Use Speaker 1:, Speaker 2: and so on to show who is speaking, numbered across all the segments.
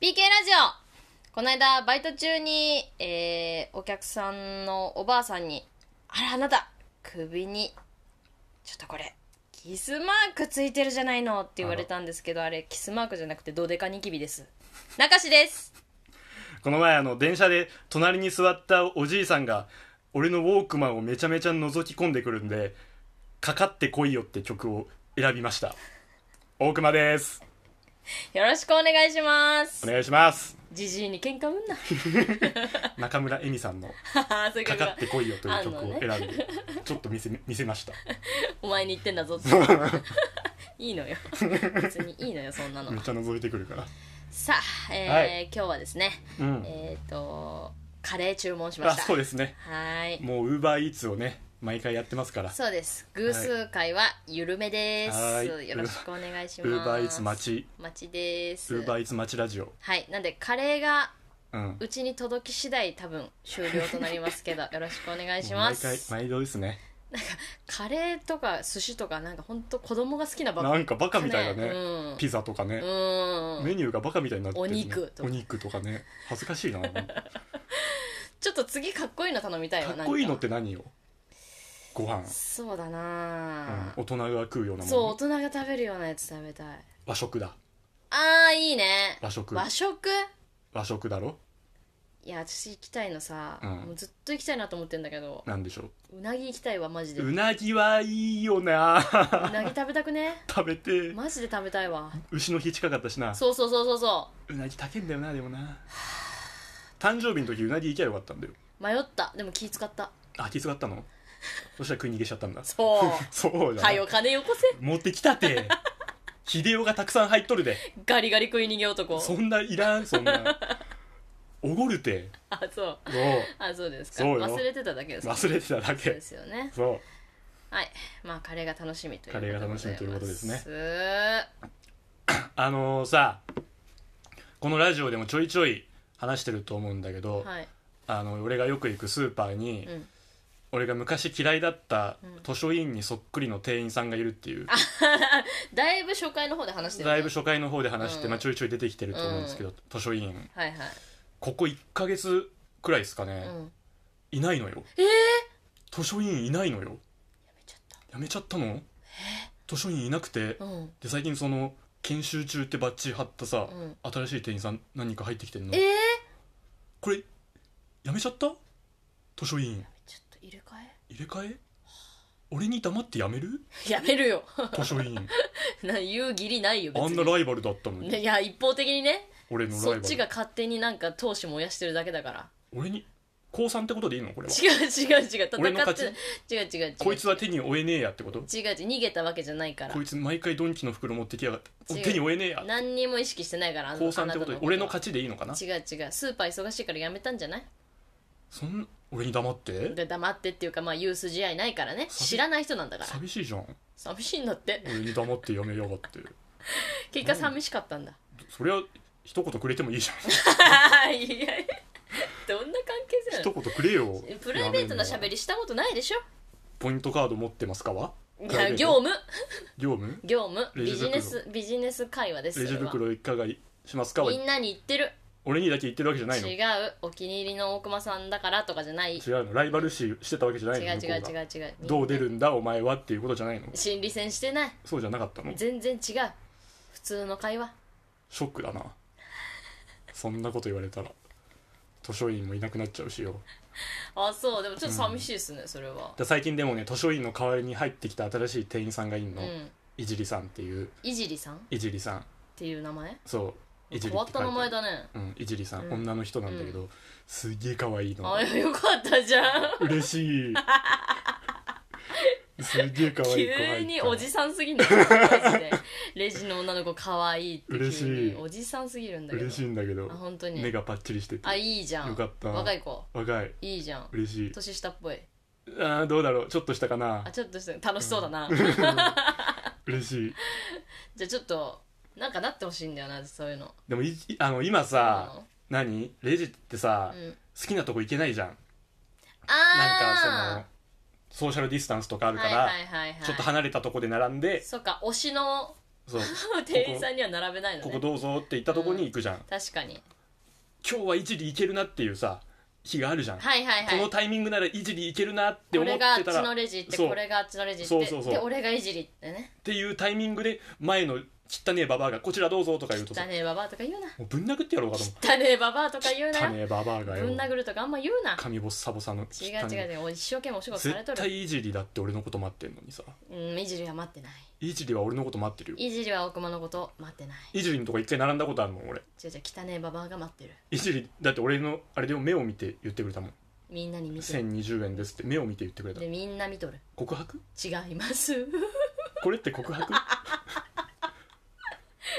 Speaker 1: PK ラジオこの間、バイト中に、えー、お客さんのおばあさんに、あら、あなた、首に、ちょっとこれ、キスマークついてるじゃないのって言われたんですけど、あれ、キスマークじゃなくて、ドデカニキビです。中志です。
Speaker 2: この前あの電車で隣に座ったおじいさんが俺のウォークマンをめちゃめちゃ覗き込んでくるんで「かかってこいよ」って曲を選びました大熊です
Speaker 1: よろしくお願いしま
Speaker 2: お
Speaker 1: す。
Speaker 2: 願いします
Speaker 1: じじいに喧嘩売ん な。
Speaker 2: 中村恵美さんの
Speaker 1: ははそうい
Speaker 2: 「
Speaker 1: うこ
Speaker 2: か
Speaker 1: と
Speaker 2: か
Speaker 1: か
Speaker 2: ってこいよ」という曲
Speaker 1: あんのね
Speaker 2: を選んでちょっと見せ見せました
Speaker 1: お前に言ってんだ ぞって。いいのよ。別にいいのよ、そんなの
Speaker 2: めっ。ちゃ覗いてくるから
Speaker 1: さあ、えー
Speaker 2: はい
Speaker 1: 今日はですね、
Speaker 2: うん
Speaker 1: えっ、と、カレー注文しま
Speaker 2: あ
Speaker 1: した。
Speaker 2: そうですね
Speaker 1: はーい。
Speaker 2: もうウーバーイーツをね毎回やってますから
Speaker 1: そうです。偶数回は緩めです。
Speaker 2: はーい
Speaker 1: よろしくお願いし
Speaker 2: ウ
Speaker 1: ます。
Speaker 2: ーバーイーツ待
Speaker 1: 待ちです。
Speaker 2: ちウーバーイーツ待ちラジオ
Speaker 1: はい。なんで、カレーが
Speaker 2: うん
Speaker 1: うちに届き次第多分終了となりますけ ど、よろしくお願いしま
Speaker 2: 毎回
Speaker 1: す。
Speaker 2: 毎度ですね
Speaker 1: カレーとか寿司とかなんか本当子供が好きなばっか
Speaker 2: なんかバカみたいだね
Speaker 1: うん
Speaker 2: ピザとかね、
Speaker 1: うん
Speaker 2: メニューがバカみたいになってるね
Speaker 1: お肉とか
Speaker 2: お肉とかね恥ず かしいなか
Speaker 1: ちょっと次かっこいいの頼みたいわ
Speaker 2: っこいいの
Speaker 1: なん
Speaker 2: っ
Speaker 1: か
Speaker 2: て何よご飯、
Speaker 1: そうだ
Speaker 2: う
Speaker 1: な、
Speaker 2: ん、大人が食うようなも
Speaker 1: そう大
Speaker 2: の
Speaker 1: 人が食べるようなやつ食べたい
Speaker 2: 和食だ
Speaker 1: あーいいね
Speaker 2: 和食
Speaker 1: 和食
Speaker 2: 和食だろ
Speaker 1: いや私行きたいのさ、
Speaker 2: うん
Speaker 1: もうずっと行きたいなと思ってんだけど
Speaker 2: なんでしょ
Speaker 1: うなぎ行きたいわマジで
Speaker 2: う
Speaker 1: う
Speaker 2: うなぎはいいよな
Speaker 1: なぎ食べたくね
Speaker 2: 食べて
Speaker 1: マジで食べたいわ
Speaker 2: 牛の日近かったしな
Speaker 1: そうそうそうそうそう
Speaker 2: なぎ高いんだよなでもな誕生日の時うなぎ行きゃよかったんだよ
Speaker 1: う迷ったでも気使った
Speaker 2: あ気遣ったのそしたら食い逃げしちゃったんだ
Speaker 1: そう
Speaker 2: そう じゃん、
Speaker 1: はよ金よこせ
Speaker 2: 持ってき たて秀夫がたくさん入っとるで
Speaker 1: ガリガリ食い逃げ男
Speaker 2: そんないらんそ んなおごるて
Speaker 1: あそう
Speaker 2: そう
Speaker 1: あそうですか
Speaker 2: そうよ
Speaker 1: 忘れてただけです
Speaker 2: 忘れてただ
Speaker 1: そうで
Speaker 2: け
Speaker 1: すよね
Speaker 2: そ
Speaker 1: はいまあカレーが楽しみということで
Speaker 2: カレーが楽しみということですね
Speaker 1: ございます
Speaker 2: うあのさこのラジオでもちょいちょい話してると思うんだけど、
Speaker 1: はい
Speaker 2: あの俺がよく行くスーパーに、
Speaker 1: うん
Speaker 2: 俺が昔嫌いだった
Speaker 1: うん
Speaker 2: 図書委員にそっくりの店員さんがいるっていう、
Speaker 1: だいぶ初回の方で話してるね
Speaker 2: だいぶ初回の方で話して、
Speaker 1: うん
Speaker 2: まあ、ちょいちょい出てきてると思うんですけど、図書委員
Speaker 1: はいはい
Speaker 2: ここ1ヶ月くらいですか
Speaker 1: う
Speaker 2: ね、
Speaker 1: ん
Speaker 2: いないのよ
Speaker 1: えー
Speaker 2: 図書委員いないのよ
Speaker 1: やめちゃっ
Speaker 2: やめちゃったの図書委員いなくて
Speaker 1: たうん
Speaker 2: で最近その研修中ってバッジ貼ったさ、
Speaker 1: うん
Speaker 2: 新しい店員さん何人か入ってきてんの
Speaker 1: えー
Speaker 2: これやめちゃった図書委員
Speaker 1: ちょっと入れ替
Speaker 2: 入れ替え俺に黙ってやめる
Speaker 1: え やめるよ
Speaker 2: 図書 委員
Speaker 1: な言う義理ないよ別
Speaker 2: あんな
Speaker 1: に
Speaker 2: ライバルだったのに、
Speaker 1: ねいや一方的にね
Speaker 2: 俺のライ
Speaker 1: そ
Speaker 2: バ
Speaker 1: っ
Speaker 2: ル
Speaker 1: ちが勝手になんか闘志燃やしてるだけだから
Speaker 2: 俺に高三ってことでいいのこれは
Speaker 1: 違う違う違う戦って
Speaker 2: 俺の勝
Speaker 1: 違う違う違う
Speaker 2: こいつは手に負えねえやってこと
Speaker 1: 違う違う逃げたわけじゃないから
Speaker 2: こいつ毎回ドンキの袋持ってきやがってお
Speaker 1: 違う
Speaker 2: 手に負えねえや
Speaker 1: 何にも意識してないからあの
Speaker 2: 高三ってこと
Speaker 1: あ
Speaker 2: で
Speaker 1: なた
Speaker 2: 俺の勝ちでいいのかな
Speaker 1: 違う違うスーパー忙しいからやめたんじゃない
Speaker 2: そん俺に黙って
Speaker 1: で黙ってっていうかまあ言う筋合いないからね
Speaker 2: 寂
Speaker 1: 知らない人なんだから
Speaker 2: 寂しいじゃん
Speaker 1: 寂しいんだって
Speaker 2: 俺に黙ってやめやがって
Speaker 1: 結果寂しかったんだ
Speaker 2: そりゃ一言くれてもいいじゃ ん
Speaker 1: いやどんな関係性な
Speaker 2: 一言くれよ
Speaker 1: のプライベートな喋
Speaker 2: り
Speaker 1: りしたことないでしょ
Speaker 2: ポイントカード持ってますかはいプラ
Speaker 1: や
Speaker 2: イベート
Speaker 1: 業務
Speaker 2: 業務
Speaker 1: 業務
Speaker 2: レ
Speaker 1: ビ
Speaker 2: ジ
Speaker 1: ジ
Speaker 2: 袋
Speaker 1: ネスビジネス会話です
Speaker 2: レジ
Speaker 1: それは
Speaker 2: 袋いかがしますかは
Speaker 1: みんなに言ってる
Speaker 2: 俺にだけ言ってるわけじゃないの
Speaker 1: 違うお気に入りの大熊さんだからとかじゃない違
Speaker 2: 違うのライバル視してたわけじゃな
Speaker 1: う
Speaker 2: いの
Speaker 1: 違う違う
Speaker 2: 向
Speaker 1: 違
Speaker 2: こ
Speaker 1: う
Speaker 2: がどう出るんだお前はっていうことじゃないの
Speaker 1: 心理戦してない
Speaker 2: そうじゃなかったの
Speaker 1: 全然違う普通の会話
Speaker 2: ショックだなそんなこと言われたら図書委員もいなくなっちゃうしよ
Speaker 1: あそうでもちょっと寂しいですね、それは
Speaker 2: だ最近でもね図書委員の代わりに入ってきた新しい店員さんがいん
Speaker 1: う
Speaker 2: の、
Speaker 1: ん
Speaker 2: いじりさんっていう
Speaker 1: いじりさんっ
Speaker 2: いじりさん
Speaker 1: ていう名前
Speaker 2: そういじ
Speaker 1: 変
Speaker 2: り
Speaker 1: わっ
Speaker 2: っ
Speaker 1: てた
Speaker 2: 書いてあ
Speaker 1: 名前
Speaker 2: る
Speaker 1: だね
Speaker 2: うん、いじりさん、
Speaker 1: うん
Speaker 2: 女の人なんだけど、すげえ可愛いの
Speaker 1: あよかったじゃん
Speaker 2: 嬉しいすげえ可愛い子がいた
Speaker 1: 急におじさんすぎんだよマ ジでレジの女の子可愛いって急に
Speaker 2: 嬉しい
Speaker 1: おじさんすぎるんだけど
Speaker 2: 嬉しいんだけど
Speaker 1: あ本当に
Speaker 2: 目がパッチリしてて
Speaker 1: あいいじゃん
Speaker 2: よかった
Speaker 1: 若い子
Speaker 2: 若い
Speaker 1: いいじゃん
Speaker 2: 嬉しい
Speaker 1: 年下っぽい
Speaker 2: あーどうだろうちょっとしたかな
Speaker 1: あちょっとした楽しそうだ な、
Speaker 2: 嬉しい
Speaker 1: じゃあちょっとなんかなってほしいんだよなそういうの
Speaker 2: でもいあの今さ、何レジってさ、
Speaker 1: うん
Speaker 2: 好きなとこ行けないじゃんなんかその
Speaker 1: あ
Speaker 2: ソーシャルディスタンスとかあ
Speaker 1: ー
Speaker 2: るから、
Speaker 1: はいはいはいはい
Speaker 2: ちょっと離れたとこで並んで
Speaker 1: そうか推しの
Speaker 2: そう
Speaker 1: 店員さんには並べないの
Speaker 2: こ
Speaker 1: ね
Speaker 2: こどうぞって言ったとこに行くじゃん、
Speaker 1: 確かに
Speaker 2: 今日は一理いけるなっていうさ日があるじゃん、
Speaker 1: はいはいは
Speaker 2: この
Speaker 1: い
Speaker 2: タイミングならいじりいけるなって
Speaker 1: こ
Speaker 2: 思
Speaker 1: れ
Speaker 2: って
Speaker 1: があったち
Speaker 2: ら
Speaker 1: のレジ行って
Speaker 2: そう
Speaker 1: これがあっちのレジ行
Speaker 2: そ
Speaker 1: っ
Speaker 2: う
Speaker 1: て
Speaker 2: そうそう
Speaker 1: で俺がいじりってね
Speaker 2: っていうタイミングで前の汚ねえババアがこちらどうぞとか言うとさ
Speaker 1: 汚ねえババアとか言うな
Speaker 2: もうぶん殴ってやろうかと思う
Speaker 1: 汚ねえババアとか言うな
Speaker 2: 汚
Speaker 1: よ
Speaker 2: ねえババアがよ
Speaker 1: ぶん殴るとかあんま言うな
Speaker 2: 髪ボッサボサの汚
Speaker 1: 違
Speaker 2: ね
Speaker 1: う違う違う俺一生懸命お仕事されと
Speaker 2: 絶
Speaker 1: る
Speaker 2: 対いじりだって俺のこと待ってんのにさ
Speaker 1: うんいじりは待ってない
Speaker 2: いじりは俺のこと待ってるよ
Speaker 1: いじりは奥間のこと待ってない
Speaker 2: いじりのとこ一回並んだことあるもん俺
Speaker 1: 違う違う汚ねえババアが待ってる
Speaker 2: いじりだって俺のあれでも目を見て言ってくれたもん
Speaker 1: みんなに見てる
Speaker 2: 1020円ですって目を見て言ってくれた
Speaker 1: でみんな見とる
Speaker 2: 告白
Speaker 1: 違います
Speaker 2: これって告白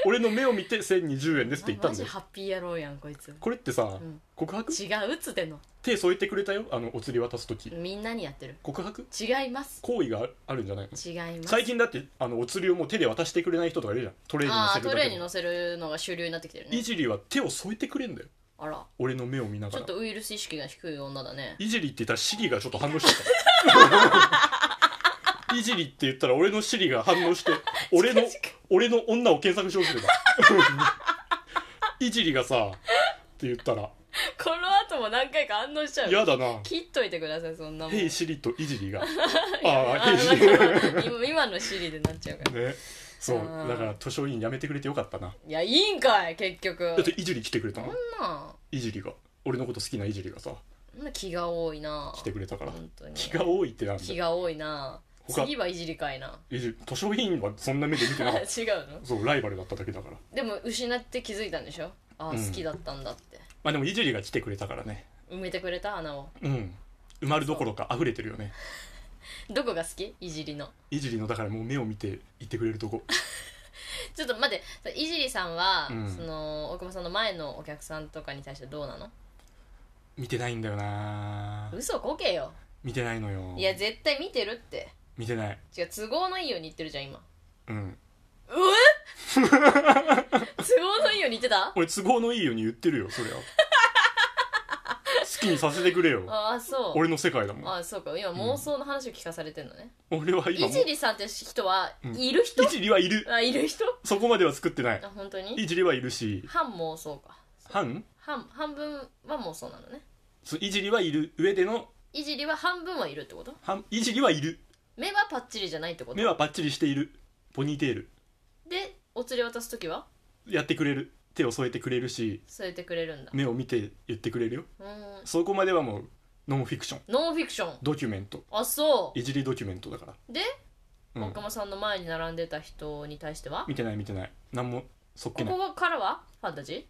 Speaker 2: 俺の目を見て1020円ですって言った
Speaker 1: マ
Speaker 2: んだ
Speaker 1: ジ
Speaker 2: よ
Speaker 1: ハッピー野郎やんこいつ
Speaker 2: これってさ、
Speaker 1: ん
Speaker 2: 告白
Speaker 1: 違うっつってんの
Speaker 2: 手添えてくれたよあのお釣り渡す時
Speaker 1: みんなにやってる
Speaker 2: 告白
Speaker 1: 違います
Speaker 2: 行為がああるんじゃないの
Speaker 1: 違います
Speaker 2: 最近だってあのお釣りをもう手で渡してくれない人とかいるじゃんトレーに乗
Speaker 1: あ
Speaker 2: せ
Speaker 1: あ
Speaker 2: る
Speaker 1: ト
Speaker 2: だけ
Speaker 1: レー
Speaker 2: で
Speaker 1: に乗せるのが主流になってきてる
Speaker 2: い
Speaker 1: ね
Speaker 2: じりは手を添えてくれんだよ
Speaker 1: あら
Speaker 2: 俺の目を見な
Speaker 1: ち
Speaker 2: が
Speaker 1: ょっ
Speaker 2: ら
Speaker 1: とウイルス意識が低い女だね
Speaker 2: いじりって言ったらシリがちょっと反応して たいじりって言ったら俺のシリが反 応して俺の俺の女を検索しようとしてたいじりがさって言ったら
Speaker 1: この後も何回か反応しちゃうよ
Speaker 2: 嫌だな
Speaker 1: 切っといてくださいそんな
Speaker 2: 「
Speaker 1: もん
Speaker 2: ヘイシリ」と「いじ りが」ああ
Speaker 1: あ
Speaker 2: ヘイシリね
Speaker 1: ー今今のシリでなっちゃうから
Speaker 2: そう
Speaker 1: あー
Speaker 2: だから図書委員やめてくれてよかったない
Speaker 1: やいいんかい結局
Speaker 2: だっていじり来てくれたの
Speaker 1: そんない
Speaker 2: じりが俺のこと好きないじりがさ
Speaker 1: そんな気が多いな
Speaker 2: 来てくれたから
Speaker 1: 本当に
Speaker 2: 気が多いってなんだ
Speaker 1: 気
Speaker 2: よ
Speaker 1: が多いな
Speaker 2: 他
Speaker 1: 次はいじりかいな
Speaker 2: いじ図書委員はそんな目で見 て
Speaker 1: 違う
Speaker 2: なかった
Speaker 1: の
Speaker 2: そうライバルだっただけだから
Speaker 1: でも失って気づいたんでしょああ
Speaker 2: うん
Speaker 1: 好きだったんだって、
Speaker 2: まあでもいじりが来てくれたからね
Speaker 1: 埋めてくれた穴を
Speaker 2: うん埋まるどころか溢れてるよね
Speaker 1: どこが好きいじりの
Speaker 2: いじりのだからもう目を見て言ってくれるとこ
Speaker 1: ちょっと待っていじりさんは、
Speaker 2: うん
Speaker 1: その大久保さんの前のお客さんとかに対してどうなの
Speaker 2: 見てないんだよな
Speaker 1: 嘘こけよ
Speaker 2: 見てないのよ
Speaker 1: いや絶対見てるって
Speaker 2: 見てない
Speaker 1: 違う都合のいいように言ってるじゃん今
Speaker 2: うん
Speaker 1: うえ都合のいいように言ってた
Speaker 2: 俺都合のいいように言ってるよ それは好きにさせてくれよ
Speaker 1: ああそう
Speaker 2: 俺の世界だもん
Speaker 1: ああそうか今妄想の話を聞かされてんのね、
Speaker 2: 俺は今
Speaker 1: い
Speaker 2: も
Speaker 1: じりさんって人は
Speaker 2: うん
Speaker 1: いる人、
Speaker 2: いじりはいる
Speaker 1: あいる人
Speaker 2: そこまでは作ってない
Speaker 1: あ本当に
Speaker 2: いじりはいるし
Speaker 1: 半妄想か
Speaker 2: 半
Speaker 1: 半半分は妄想なのね
Speaker 2: そういじりはいる上での
Speaker 1: いじりは半分はいるってこと
Speaker 2: 半いじりはいる
Speaker 1: 目はパッチリじゃないってこと
Speaker 2: 目はパッチリしているポニーテール
Speaker 1: でお釣り渡す時は
Speaker 2: やってくれる手を添えてくれるし
Speaker 1: 添えてくれるんだ
Speaker 2: 目を見て言ってくれるよ
Speaker 1: うーん
Speaker 2: そこまではもうノンフィクション
Speaker 1: ノンフィクション
Speaker 2: ドキュメント
Speaker 1: あそ
Speaker 2: いじりドキュメントだから
Speaker 1: うで
Speaker 2: うん
Speaker 1: 大熊さんの前に並んでた人に対しては
Speaker 2: 見てない見てない何もそっけ
Speaker 1: こ
Speaker 2: ない
Speaker 1: こからはファンタジー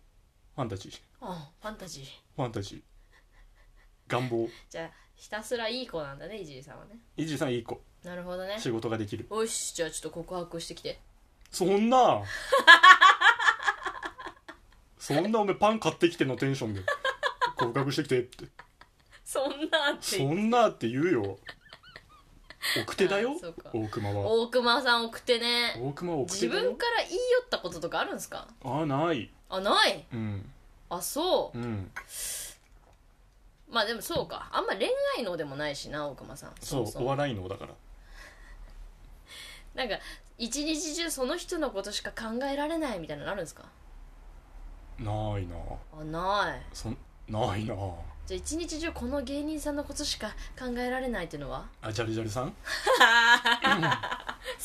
Speaker 2: ファンタジー
Speaker 1: あファンタジー
Speaker 2: ファンタジー願望
Speaker 1: じゃあひたすらいい子なんだねいじりさんはね
Speaker 2: いじりさんいい子
Speaker 1: なるほどね
Speaker 2: 仕事ができる
Speaker 1: よしじゃあちょっと告白してきて
Speaker 2: そんなそんなおめえパン買ってきてのテンションで告白してきてって
Speaker 1: そんなって
Speaker 2: そんなって言うよ奥手だよ
Speaker 1: あそうか
Speaker 2: 大熊は
Speaker 1: 大熊さん奥手ね
Speaker 2: 大熊は奥
Speaker 1: 自
Speaker 2: 手だ
Speaker 1: 分
Speaker 2: よ
Speaker 1: から言い寄ったこととかあるんですか
Speaker 2: あない
Speaker 1: あない
Speaker 2: うん
Speaker 1: あそううんまあでもそうかあんま恋愛能でもないしな大熊さん
Speaker 2: そう
Speaker 1: も
Speaker 2: お
Speaker 1: も
Speaker 2: 笑いのだから
Speaker 1: なんか一日中その人のことしか考えられないみたいなのあるんですか
Speaker 2: ないな
Speaker 1: あない
Speaker 2: そんないな
Speaker 1: じゃあ一日中この芸人さんのことしか考えられないっていうのは
Speaker 2: あジャルジャルさん
Speaker 1: 好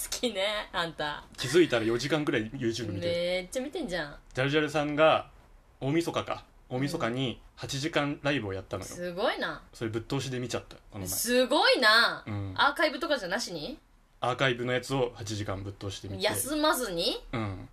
Speaker 1: きねあんた
Speaker 2: 気づいたら4時間くらい YouTube 見てる、
Speaker 1: めっちゃ見てんじゃん
Speaker 2: ジャルジャルさんが大晦日か大晦日に8時間ライブをやったのよ、
Speaker 1: すごいな
Speaker 2: それぶっ通しで見ちゃったこの前
Speaker 1: すごいな、
Speaker 2: うん
Speaker 1: アーカイブとかじゃなしに
Speaker 2: アーカイブのやつを8時間ぶっ通して見て
Speaker 1: 休まずに
Speaker 2: うん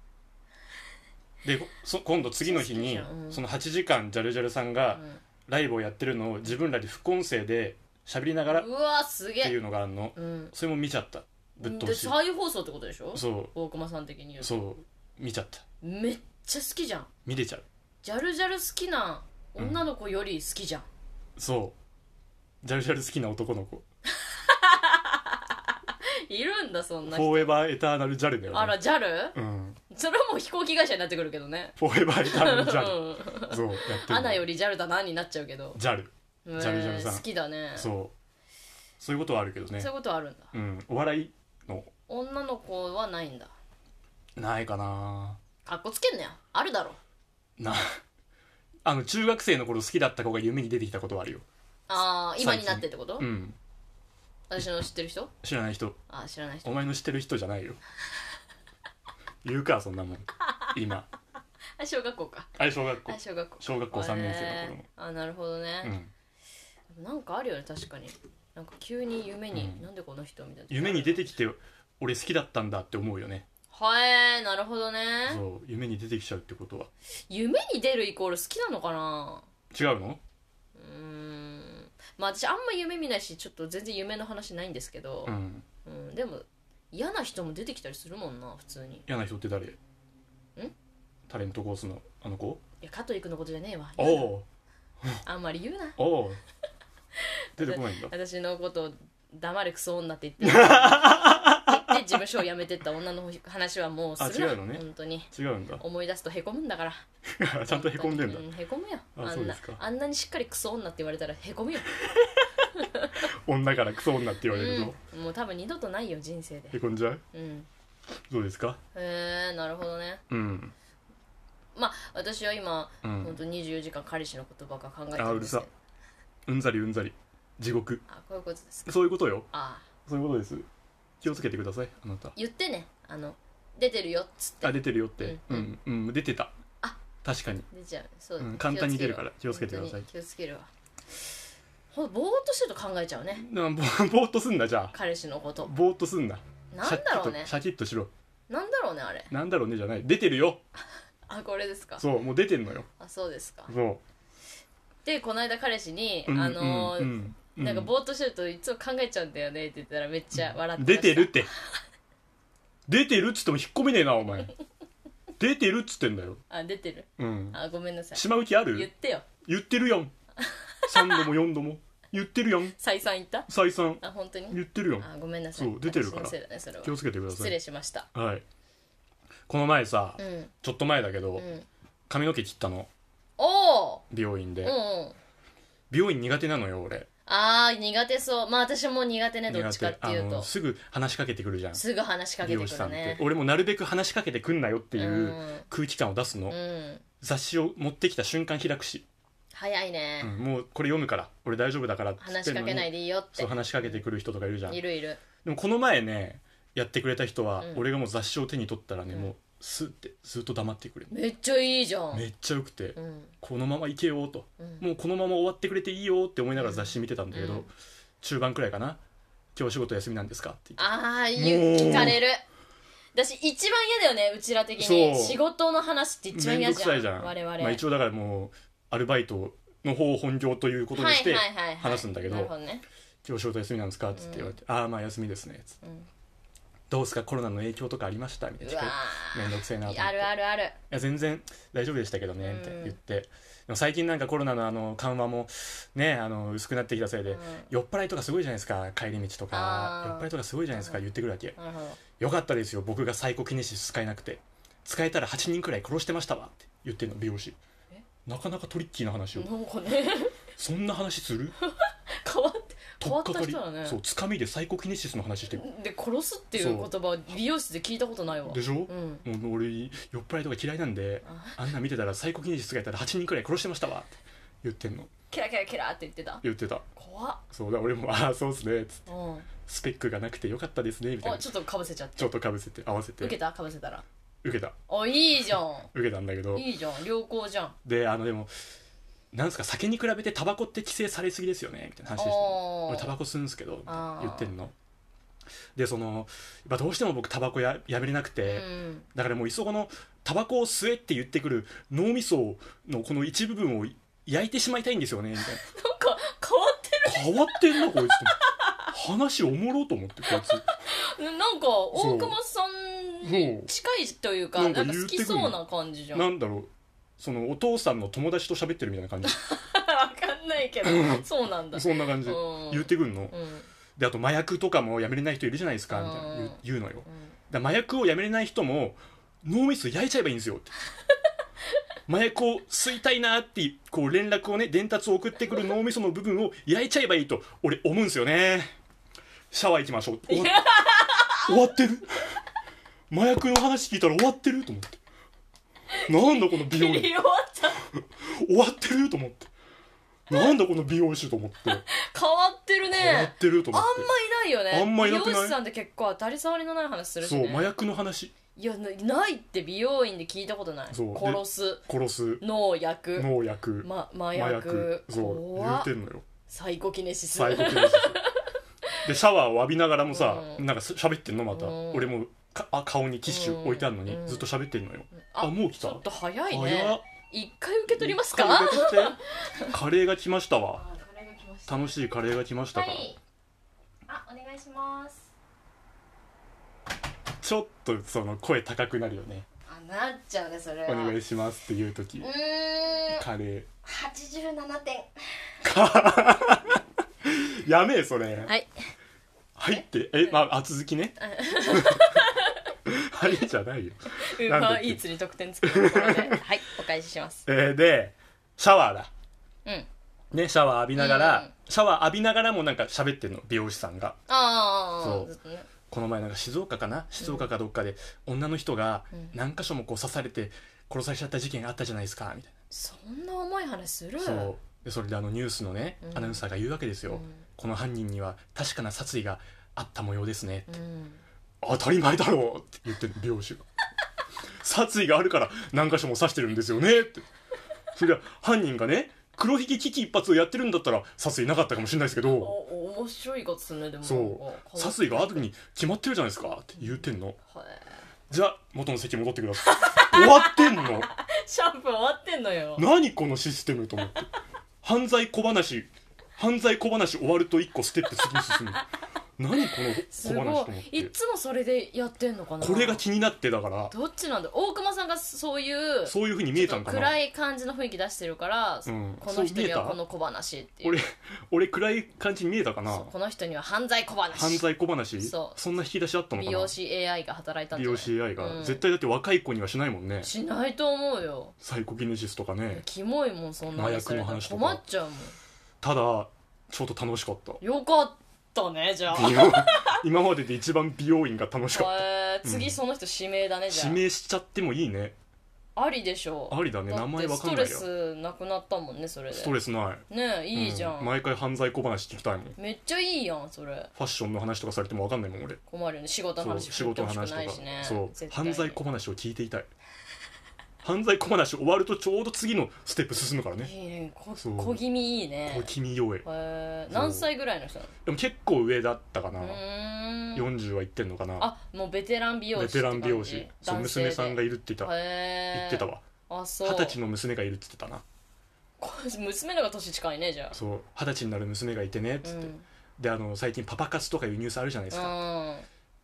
Speaker 2: でそ今度次の日に
Speaker 1: 好きじゃんうん
Speaker 2: その8時間ジャルジャルさんがライブをやってるのを自分らで副音声で喋りながらっ
Speaker 1: うわすげ
Speaker 2: てい
Speaker 1: え
Speaker 2: うのがあるの
Speaker 1: うん
Speaker 2: それも見ちゃったぶっ
Speaker 1: で
Speaker 2: 通し
Speaker 1: 再放送ってことでしょ
Speaker 2: そ
Speaker 1: 大熊さん的に言
Speaker 2: う
Speaker 1: うと
Speaker 2: そう見ちゃった
Speaker 1: めっちゃ好きじゃん
Speaker 2: 見れちゃう
Speaker 1: ジャルジャル好きな女の子より好きじゃん、
Speaker 2: そうジャルジャル好きな男の子
Speaker 1: いるんだそんな
Speaker 2: フ
Speaker 1: 人
Speaker 2: ォーエバーエターナルジャルだよね
Speaker 1: あらジャル
Speaker 2: うん
Speaker 1: それはもう飛行機会社になってくるけどね
Speaker 2: フォーエバーエターナルジャル
Speaker 1: うん
Speaker 2: そうやってる
Speaker 1: アナよりジャルだなになっちゃうけど
Speaker 2: ジャル
Speaker 1: ジャ
Speaker 2: ジャルジャルさん
Speaker 1: 好きだねそう
Speaker 2: そうそういうことはあるけどね
Speaker 1: いうことはあるんだ
Speaker 2: うんお笑いの
Speaker 1: 女の子はないんだ
Speaker 2: ないかな
Speaker 1: かっこつけんなよあるだろ
Speaker 2: なあの中学生の頃好きだった子が夢に出てきたことはあるよ
Speaker 1: ああ今になってってこと、
Speaker 2: うん
Speaker 1: 私の知ってる人
Speaker 2: 知らない人
Speaker 1: あー知らない人
Speaker 2: お前の知ってる人じゃないよ言うかそんなもん今
Speaker 1: あ小学校か
Speaker 2: あれ小学校
Speaker 1: あ小学校
Speaker 2: 小学校3年生の頃
Speaker 1: あーあーなるほどね、
Speaker 2: うん
Speaker 1: なんかあるよね確かになんか急に夢に、
Speaker 2: うん
Speaker 1: なんでこの人みたいな
Speaker 2: 夢に出てきて俺好きだったんだって思うよね
Speaker 1: はえー、なるほどね
Speaker 2: そう夢に出てきちゃうってことは
Speaker 1: 夢に出るイコール好きなのかな
Speaker 2: 違うの
Speaker 1: うーんまあ私あんま夢見ないしちょっと全然夢の話ないんですけど
Speaker 2: う、ん
Speaker 1: うんでも嫌な人も出てきたりするもんな普通にい
Speaker 2: 嫌な人って誰んタレントコースのあの子
Speaker 1: や加藤育のことじゃねえわ
Speaker 2: おお
Speaker 1: あんまり言うな
Speaker 2: お お出てこないんだ
Speaker 1: 私のことを黙れクソ女って言 って言って事務所を辞めてった女の話はもうするな
Speaker 2: あ違うのね
Speaker 1: 本当に
Speaker 2: 違うんだ
Speaker 1: 思い出すとへこむんだから
Speaker 2: ちゃんとへこんでんだ
Speaker 1: うへこむよ
Speaker 2: あ
Speaker 1: あ
Speaker 2: そうんで
Speaker 1: な
Speaker 2: すか
Speaker 1: あんなにしっかりクソ女って言われたらへこむよ、
Speaker 2: 女からクソ女って言われると
Speaker 1: うん、もう多分二度とないよ人生で
Speaker 2: へこんじゃう
Speaker 1: うん
Speaker 2: どうですか
Speaker 1: へえなるほどね
Speaker 2: うん
Speaker 1: まあ私は今、
Speaker 2: う
Speaker 1: ほん
Speaker 2: ん
Speaker 1: と24時間彼氏のことばっか考えて
Speaker 2: あ
Speaker 1: る
Speaker 2: うんる
Speaker 1: です
Speaker 2: さ
Speaker 1: けど
Speaker 2: うんざりうんざり地獄
Speaker 1: あこういうことですか
Speaker 2: そういうことよ
Speaker 1: あ
Speaker 2: そういうことです気をつけてくださいあなた
Speaker 1: 言ってねあの出てるよっつって
Speaker 2: あ出てるよって
Speaker 1: う
Speaker 2: うんんうん出てた
Speaker 1: あ
Speaker 2: 確かに
Speaker 1: 出ちゃうそう、
Speaker 2: うん簡単に出るから気をつけてください
Speaker 1: 本当に気をつけるわほんぼーっとしてると考えちゃうね
Speaker 2: なぼ ぼーっとすんなじゃあ
Speaker 1: 彼氏のこと
Speaker 2: ぼーっとすんな
Speaker 1: なんだろうね
Speaker 2: シャキッとシャキッとしろ
Speaker 1: なんだろうねあれ
Speaker 2: なんだろうねじゃない出てるよ
Speaker 1: あこれですか
Speaker 2: そうもう出てんのよ
Speaker 1: あそうですか
Speaker 2: そ
Speaker 1: でこの間彼氏に、
Speaker 2: ううん
Speaker 1: あのー
Speaker 2: うんうんう
Speaker 1: なんかぼーっとしてるといつも考えちゃうんだよねって言ったらめっちゃ笑ってま
Speaker 2: 出
Speaker 1: した
Speaker 2: てる って出てるっつっても引っ込めねえなお前出てるっつってんだよ
Speaker 1: あ出てる
Speaker 2: うん
Speaker 1: あごめんなさい
Speaker 2: しまう気あ
Speaker 1: 言っ
Speaker 2: る
Speaker 1: てよ
Speaker 2: 言ってるやん3度も4度も言ってるやん
Speaker 1: 再三言った
Speaker 2: 再三
Speaker 1: あ本当に
Speaker 2: 言ってるやん
Speaker 1: あごめんなさい
Speaker 2: そう出てるから
Speaker 1: 私のせいだねそれは
Speaker 2: 気をつけてくださ
Speaker 1: 失
Speaker 2: い
Speaker 1: 礼しました
Speaker 2: はいこの前さ
Speaker 1: うん
Speaker 2: ちょっと前だけど
Speaker 1: うん
Speaker 2: 髪の毛切ったの
Speaker 1: おお
Speaker 2: 美容院
Speaker 1: うんう
Speaker 2: で
Speaker 1: ん
Speaker 2: 美容院苦手なのよ俺
Speaker 1: あー苦手そうまあ私も苦手ねどっちかっていう
Speaker 2: 苦手あの
Speaker 1: と
Speaker 2: すぐ話しかけてくるじゃん
Speaker 1: すぐ話しかけて
Speaker 2: 美容
Speaker 1: く
Speaker 2: 師さ
Speaker 1: る
Speaker 2: んって
Speaker 1: ね
Speaker 2: 俺もなるべく話しかけてくんなよっていううん空気感を出す
Speaker 1: う
Speaker 2: の、
Speaker 1: ん
Speaker 2: 雑誌を持ってきた瞬間開くし、
Speaker 1: 早いね
Speaker 2: うんもうこれ読むから俺大丈夫だからっつってん
Speaker 1: 話しか
Speaker 2: のに
Speaker 1: けないでいいよっ
Speaker 2: そ
Speaker 1: て
Speaker 2: う話しかけてくる人とかいるじゃん
Speaker 1: い
Speaker 2: で
Speaker 1: るいる
Speaker 2: もこの前ねやってくれた人は、
Speaker 1: うん
Speaker 2: 俺がもう雑誌を手に取ったらね、
Speaker 1: うん
Speaker 2: もうスッてずっと黙ってくれる、
Speaker 1: めっちゃいいじゃん
Speaker 2: めっちゃよくて、
Speaker 1: うん
Speaker 2: このままいけよと
Speaker 1: うん
Speaker 2: もうこのまま終わってくれていいよって思いながら雑誌見てたんだけど、
Speaker 1: うん
Speaker 2: 中盤くらいかな「今日お仕事休みなんですか?」って言って
Speaker 1: ああ聞かれる私一番嫌だよねうちら的に
Speaker 2: そう
Speaker 1: 仕事の話って一番
Speaker 2: 面
Speaker 1: 嫌
Speaker 2: 倒
Speaker 1: じ
Speaker 2: く
Speaker 1: ゃ
Speaker 2: さ
Speaker 1: ん
Speaker 2: いじゃん
Speaker 1: 我々
Speaker 2: まあ、一応だからもうアルバイトの方を本業ということにして
Speaker 1: はいはいはいはい
Speaker 2: 話すんだけど
Speaker 1: なるほどね
Speaker 2: 「今日仕事休みなんですか?」っつって言われて「ああまあ休みですね」つって、
Speaker 1: うん
Speaker 2: どうすかコロナの影響とかありました?」みたいうな
Speaker 1: わ
Speaker 2: 面倒くせえなと思
Speaker 1: ー
Speaker 2: って
Speaker 1: あるあるある
Speaker 2: いや全然大丈夫でしたけどね」みたいな言って、でも最近なんかコロナのあの緩和もねあの薄くなってきたせいで、
Speaker 1: うん
Speaker 2: 酔っ払いとかすごいじゃないですか帰り道と
Speaker 1: あー
Speaker 2: か酔っ払いとかすごいじゃないですか
Speaker 1: うん
Speaker 2: 言ってくるわけ
Speaker 1: なるほど
Speaker 2: 「よかったですよ僕がサイコキネシス使えなくて使えたら8人くらい殺してましたわ」って言ってんの美容師
Speaker 1: え
Speaker 2: なかなかトリッキーな話を
Speaker 1: なんかね
Speaker 2: そんな話す る
Speaker 1: 変わって変
Speaker 2: と
Speaker 1: わ
Speaker 2: っ
Speaker 1: った
Speaker 2: かかり
Speaker 1: 人だね
Speaker 2: そうつかみでサイコキネシスの話してる
Speaker 1: で殺すっていう言葉美容室で聞いたことないわ
Speaker 2: でしょ、
Speaker 1: うん
Speaker 2: もう俺酔っ払いとか嫌いなんであんな見てたらサイコキネシス使えたら8人くらい殺してましたわって言ってんの
Speaker 1: キラキラキラって言ってた
Speaker 2: 言ってた
Speaker 1: 怖っ
Speaker 2: そうだ俺も「ああそうっすね」つって
Speaker 1: うんお
Speaker 2: スペックがなくてよかったですねみたいな
Speaker 1: ちょっとかぶせちゃって
Speaker 2: ちょっとかぶせて合わせて
Speaker 1: 受けたかぶせたら
Speaker 2: 受けた
Speaker 1: あいいじゃん
Speaker 2: 受けたんだけど
Speaker 1: いいじゃん良好じゃん
Speaker 2: であのでもなんすか酒に比べてタバコって規制されすぎですよねみたいな話です
Speaker 1: おー
Speaker 2: 俺タバコ吸うんすけどみたい
Speaker 1: あ
Speaker 2: な
Speaker 1: ー
Speaker 2: 言ってんのでそのやっぱどうしても僕タバコややめれなく
Speaker 1: う
Speaker 2: て、
Speaker 1: ん
Speaker 2: だからもういっそこのタバコを吸えって言ってくる脳みそのこの一部分を焼いてしまいたいんですよねみたいな
Speaker 1: なんか変わって
Speaker 2: 変わってんなこいつ話おもろと思ってこいつ
Speaker 1: るなんか
Speaker 2: そ
Speaker 1: 大
Speaker 2: う
Speaker 1: 久保さんに近いというかな
Speaker 2: そうん
Speaker 1: か
Speaker 2: なんか言
Speaker 1: 好
Speaker 2: ってく
Speaker 1: き
Speaker 2: る
Speaker 1: そうな感じじゃん
Speaker 2: な
Speaker 1: わ
Speaker 2: んだろうそのお父さんの友達と喋ってるみたいな 感じ
Speaker 1: かんないけどそうなんだ
Speaker 2: そんな感じ
Speaker 1: うん
Speaker 2: 言ってくんの
Speaker 1: うん
Speaker 2: であと麻薬とかもやめれない人いるじゃないですかみたいな
Speaker 1: うん
Speaker 2: 言う言うのよ
Speaker 1: うん
Speaker 2: だから麻薬をやめれない人も脳みそ焼いちゃえばいいんで すよって麻薬を吸いたいなってこう連絡をね伝達を送ってくる脳みその部分を焼いちゃえばいいと俺思うんですよねシャワー行きましょう終わっ終わってる麻薬の話聞いたら終わってると思ってなんだこの美容
Speaker 1: 切り終
Speaker 2: 院
Speaker 1: わった
Speaker 2: 終わってると思ってなんだこの美容師 と思って
Speaker 1: 変わってるね
Speaker 2: 終わってると
Speaker 1: あ
Speaker 2: 思
Speaker 1: ん
Speaker 2: っ
Speaker 1: ま
Speaker 2: て
Speaker 1: いないよね
Speaker 2: あんまいなくない
Speaker 1: 美容師さんって結構当たり障りのない話するし、
Speaker 2: そう
Speaker 1: ね、
Speaker 2: 麻薬の話
Speaker 1: いやなないって美容院で聞いたことない
Speaker 2: そうで
Speaker 1: 殺す
Speaker 2: 殺す
Speaker 1: 農薬、
Speaker 2: 農薬
Speaker 1: ま、麻
Speaker 2: 麻
Speaker 1: 薬
Speaker 2: 薬そう言
Speaker 1: 怖
Speaker 2: う
Speaker 1: って
Speaker 2: んのよ
Speaker 1: サイコキネシス
Speaker 2: 最後でシャワーを浴びながらもさ、
Speaker 1: うん
Speaker 2: なんかす喋ってんのまた、
Speaker 1: うん
Speaker 2: 俺もかあ顔にティッシュ置いてあるのに、
Speaker 1: うん
Speaker 2: ずっと喋ってんのよ、
Speaker 1: あ
Speaker 2: あもう来
Speaker 1: ち
Speaker 2: た
Speaker 1: ょっと早い
Speaker 2: あや
Speaker 1: ね
Speaker 2: っ
Speaker 1: 一回受け取りますか
Speaker 2: カレーが来てカレーが来ましたわ
Speaker 1: あカレーが来ました
Speaker 2: 楽しいカレーが来ました
Speaker 1: は
Speaker 2: から、
Speaker 1: いあお願いします
Speaker 2: ちょっとその声高くなるよね
Speaker 1: あなっちゃうねそれ
Speaker 2: 「お願
Speaker 1: う
Speaker 2: いします」っていう時
Speaker 1: ーん
Speaker 2: カレ
Speaker 1: 87点
Speaker 2: ーやめえそれ
Speaker 1: はい
Speaker 2: 入ってえまああ続きねはいじゃないよ
Speaker 1: ウー
Speaker 2: なんだ
Speaker 1: バ
Speaker 2: っ
Speaker 1: ー
Speaker 2: け
Speaker 1: イーツに得点つけるこれ ではいお返しします
Speaker 2: えーでシャワーだ
Speaker 1: うん
Speaker 2: ねシャワー浴びなが
Speaker 1: う
Speaker 2: ら、
Speaker 1: ん
Speaker 2: シャワー浴びながらもなんか喋ってんの美容師さんが
Speaker 1: ああ
Speaker 2: そう
Speaker 1: ずっとね
Speaker 2: この前なんか静岡かな静岡かどっかで女の人が
Speaker 1: うん
Speaker 2: 何箇所もこう刺されて殺されちゃった事件があったじゃないですかみたい
Speaker 1: そんな重い話する
Speaker 2: な、そうでそれであのニュースのね、
Speaker 1: うん
Speaker 2: アナウンサーが言うわけですよ、
Speaker 1: うん
Speaker 2: この犯人には確かな殺意があった模様ですね、
Speaker 1: うん
Speaker 2: 当たり前だろうって言ってる美容師が殺意があるから何箇所も刺してるんですよねってそれは犯人がね黒ひげ危機一髪をやってるんだったら殺意なかったかもしれないですけ
Speaker 1: あ
Speaker 2: ど
Speaker 1: 面白いことするねでも
Speaker 2: そう
Speaker 1: さ
Speaker 2: 殺意があるに決まってるじゃないですかって言うてんの
Speaker 1: シ
Speaker 2: じゃあ元の席戻ってください終わってんの
Speaker 1: ャンプ終わってんのよ
Speaker 2: 何このシステムと思って犯罪小話犯罪小話終わると一個ステップ次に進む何この
Speaker 1: す
Speaker 2: 小
Speaker 1: ご
Speaker 2: 話と思っ
Speaker 1: いい
Speaker 2: て
Speaker 1: っつもそれでやってんのかな
Speaker 2: これが気になってだから
Speaker 1: どっちなんだ大熊さんがそういう
Speaker 2: そういうふうに見えたんかな
Speaker 1: 暗い感じの雰囲気出してるから、
Speaker 2: うん
Speaker 1: この人に
Speaker 2: そう見え
Speaker 1: は
Speaker 2: た
Speaker 1: この小話っていう
Speaker 2: 俺俺暗い感じに見えたかな
Speaker 1: そうこの人には犯罪小話
Speaker 2: 犯罪小話
Speaker 1: そ
Speaker 2: そうそんな引き出しあったのか
Speaker 1: 美
Speaker 2: な
Speaker 1: 容師 AI が働いたん
Speaker 2: 美
Speaker 1: じゃ
Speaker 2: 容
Speaker 1: ない
Speaker 2: 師 AI が、
Speaker 1: うん
Speaker 2: 絶対だって若い子にはしないもんね
Speaker 1: しないと思うよ
Speaker 2: サイコキネシスとかね
Speaker 1: キモいもんそんなのされたら
Speaker 2: 麻薬の話とか
Speaker 1: 困っちゃうもん
Speaker 2: ただちょっと楽し かった
Speaker 1: よかったねじゃあ
Speaker 2: 美容今までで一番美容院が楽しかっ
Speaker 1: えー
Speaker 2: う
Speaker 1: 次
Speaker 2: ん
Speaker 1: その人指名だねじ
Speaker 2: た
Speaker 1: ゃあ
Speaker 2: 指名しちゃってもいいね
Speaker 1: ありでしょう
Speaker 2: ありだね
Speaker 1: だって
Speaker 2: 名前わかんない
Speaker 1: ス
Speaker 2: よ
Speaker 1: トレスなくなったもんねそれで
Speaker 2: ストレスない
Speaker 1: ねえいいじゃん、
Speaker 2: う毎回犯罪小話聞きたいもんフ
Speaker 1: めっちゃいいやんそれ
Speaker 2: ァッションの話とかされてもわかんないもん俺
Speaker 1: 困るよね仕事の
Speaker 2: そう
Speaker 1: 話
Speaker 2: 仕事の話
Speaker 1: 振って
Speaker 2: とか
Speaker 1: ほしくないしね
Speaker 2: そう
Speaker 1: 絶対に
Speaker 2: 犯罪小話を聞いていたい犯罪小話終わるとちょうど次のステップ進むからね
Speaker 1: いいねこ
Speaker 2: そう
Speaker 1: 小気味いいね
Speaker 2: 小気味よえ
Speaker 1: へえ
Speaker 2: そう
Speaker 1: 何歳ぐらいの人なの
Speaker 2: でも結構上だったかな
Speaker 1: うーん
Speaker 2: 40はいってんのかな
Speaker 1: あもうベテラン美容師
Speaker 2: ベ
Speaker 1: って
Speaker 2: テラ
Speaker 1: 感
Speaker 2: ン
Speaker 1: じ
Speaker 2: 美容師そう
Speaker 1: 男性で
Speaker 2: 娘さんがいるって言ってた
Speaker 1: へえ
Speaker 2: 言ってたわ
Speaker 1: あそう
Speaker 2: 二十歳の娘がいるって言ってたな
Speaker 1: こ娘のが年近いねじゃあ
Speaker 2: そう二十歳になる娘がいてねっつってであの最近パパ活とかいうニュースあるじゃないですか
Speaker 1: うん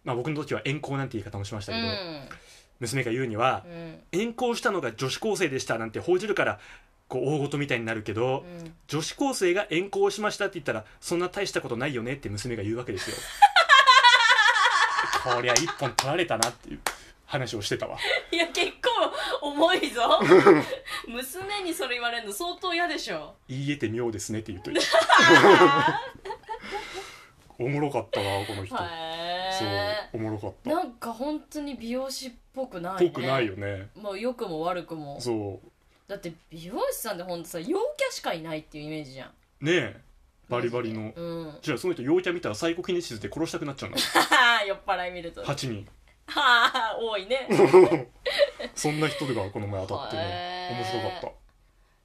Speaker 2: まあ僕の時は遠行なんて言い方もしましたけど
Speaker 1: う
Speaker 2: 娘が言うには
Speaker 1: んうん
Speaker 2: 遠行したのが女子高生でしたなんて報じるからこう大事みたいになるけど
Speaker 1: うん
Speaker 2: 女子高生が遠行しましたって言ったらそんな大したことないよねって娘が言うわ けですよこりゃ一本取られたなっていう話をしてたわ
Speaker 1: いや結構重い ぞ娘にそれ言われるの相当嫌でしょ
Speaker 2: 言い得て妙ですねって言うとるおもろかったなこの人、
Speaker 1: へ
Speaker 2: そうおもろかっ
Speaker 1: え
Speaker 2: た
Speaker 1: なんか本当に美容師っぽくない
Speaker 2: ぽ
Speaker 1: ね
Speaker 2: くないよね
Speaker 1: まあ良くも悪くも
Speaker 2: そう
Speaker 1: だって美容師さんってほんとさ陽キャしかいないっていうイメージじゃん
Speaker 2: ねえバリバリの
Speaker 1: うん
Speaker 2: じゃあその人陽キャ見たらサイコキネシスで殺したくなっちゃうの
Speaker 1: 酔っ払い見るとは
Speaker 2: 8人
Speaker 1: あ多い ね
Speaker 2: そんな人がこの前当たって
Speaker 1: へ
Speaker 2: ね
Speaker 1: え
Speaker 2: 面白かった